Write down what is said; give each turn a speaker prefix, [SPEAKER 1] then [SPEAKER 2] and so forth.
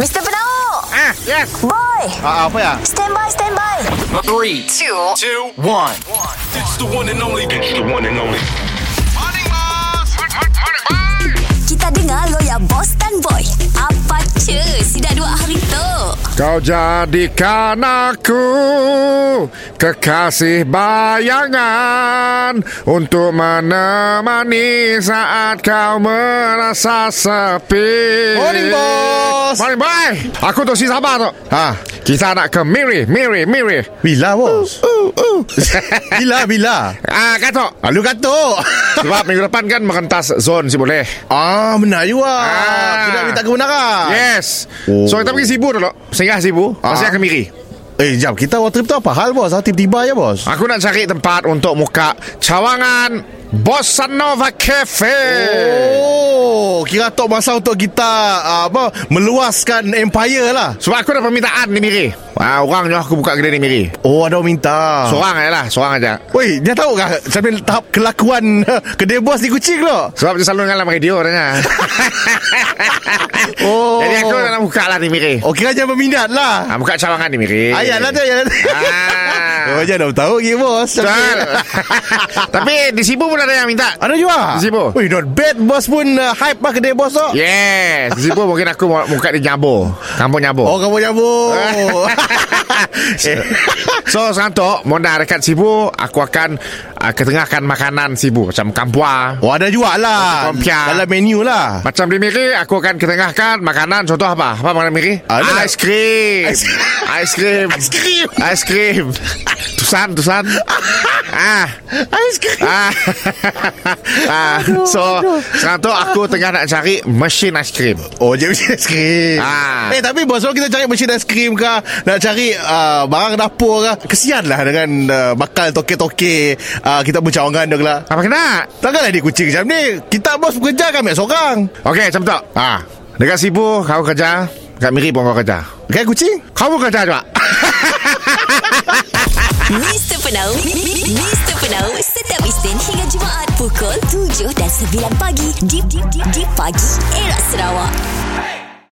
[SPEAKER 1] Mr. Penau
[SPEAKER 2] Ah, yes.
[SPEAKER 1] Boy
[SPEAKER 2] Ah, ah, apa ya?
[SPEAKER 1] Stand by, stand by
[SPEAKER 3] Three, two, two, one.
[SPEAKER 4] It's the one and only. It's the one and only.
[SPEAKER 1] Kita dengar lo ya Boss dan Boy Apa cu Si dah dua hari tu
[SPEAKER 5] Kau jadikan aku kekasih bayangan Untuk menemani saat kau merasa sepi
[SPEAKER 2] Morning, bos.
[SPEAKER 5] Morning boy Aku tu si sabar tu ha, Kita nak ke Miri, Miri, Miri
[SPEAKER 2] Bila, bos?
[SPEAKER 5] uh, uh.
[SPEAKER 2] Bila, bila?
[SPEAKER 5] Ah, Katok
[SPEAKER 2] Alu katuk.
[SPEAKER 5] Sebab minggu depan kan mengentas zon si boleh
[SPEAKER 2] ah, benar you ah.
[SPEAKER 5] Ah.
[SPEAKER 2] Tidak minta kebenaran.
[SPEAKER 5] Yes
[SPEAKER 2] Oh.
[SPEAKER 5] So kita pergi Sibu dulu Singgah Sibu
[SPEAKER 2] Ah.
[SPEAKER 5] Pasal ke Miri
[SPEAKER 2] Eh, jap. Kita awak trip tu apa hal, bos? Ah, tiba-tiba ya, bos?
[SPEAKER 5] Aku nak cari tempat untuk muka cawangan Bossa Nova Cafe.
[SPEAKER 2] Eh. Oh, kira tok masa untuk kita ah, apa meluaskan empire lah.
[SPEAKER 5] Sebab aku ada permintaan ni Miri. Ah, orang nyuruh aku buka kedai ni Miri.
[SPEAKER 2] Oh, ada orang minta.
[SPEAKER 5] Seorang aja lah, seorang aja.
[SPEAKER 2] Woi, dia tahu kah sampai tahap kelakuan kedai bos di kucing lo?
[SPEAKER 5] Sebab dia selalu ngalam radio katanya.
[SPEAKER 2] Oh.
[SPEAKER 5] Jadi aku nak buka lah ni Miri.
[SPEAKER 2] Oh, kira jangan berminat lah.
[SPEAKER 5] Ah, buka cawangan ni Miri.
[SPEAKER 2] Ayat lah tu, ayat lah tu.
[SPEAKER 5] Ah.
[SPEAKER 2] Oh, jangan dah tahu ke bos.
[SPEAKER 5] Betul. Tapi di Sibu pun ada yang minta.
[SPEAKER 2] Ada juga.
[SPEAKER 5] Di Sibu.
[SPEAKER 2] Wih, not bad bos pun uh, hype lah kedai bos tu.
[SPEAKER 5] Yes, di Sibu mungkin aku mau buka di Nyabo. Kampung Nyabo.
[SPEAKER 2] Oh, kamu nyambung.
[SPEAKER 5] So Santo Monda dekat Sibu Aku akan uh, Ketengahkan makanan Sibu Macam kampua
[SPEAKER 2] Oh, ada juga lah.
[SPEAKER 5] Macam kompiak.
[SPEAKER 2] Dalam menu lah.
[SPEAKER 5] Macam di Miri Aku akan ketengahkan Makanan contoh apa Apa makanan Miri
[SPEAKER 2] Ah, ada-
[SPEAKER 5] Ais krim
[SPEAKER 2] Ais-
[SPEAKER 5] Ais krim Ais krim Ais krim Tusan Tusan Ah
[SPEAKER 2] Ais krim.
[SPEAKER 5] Ah, ah. So Sekarang tu aku tengah nak cari Mesin ais krim
[SPEAKER 2] Oh, jadi mesin es krim.
[SPEAKER 5] Ah.
[SPEAKER 2] Eh, tapi bos, kalau kita cari mesin es krim ke, nak cari uh, barang dapur ke, kesian lah dengan uh, bakal toke-toke uh, kita bercawangan dia lah.
[SPEAKER 5] Apa kena
[SPEAKER 2] Takkanlah dia kucing macam ni. Kita bos bekerja kami seorang.
[SPEAKER 5] Okey macam tu ah. Dekat Sibu Kau kerja Dekat Miri pun kau kerja
[SPEAKER 2] Kan kucing?
[SPEAKER 5] Kau pun kerja juga
[SPEAKER 1] Mr. Penau Mi- Mi- Mr. Penau Setiap Isnin hingga Jumaat Pukul 7 dan 9 pagi Di, di, di, di pagi Era Sarawak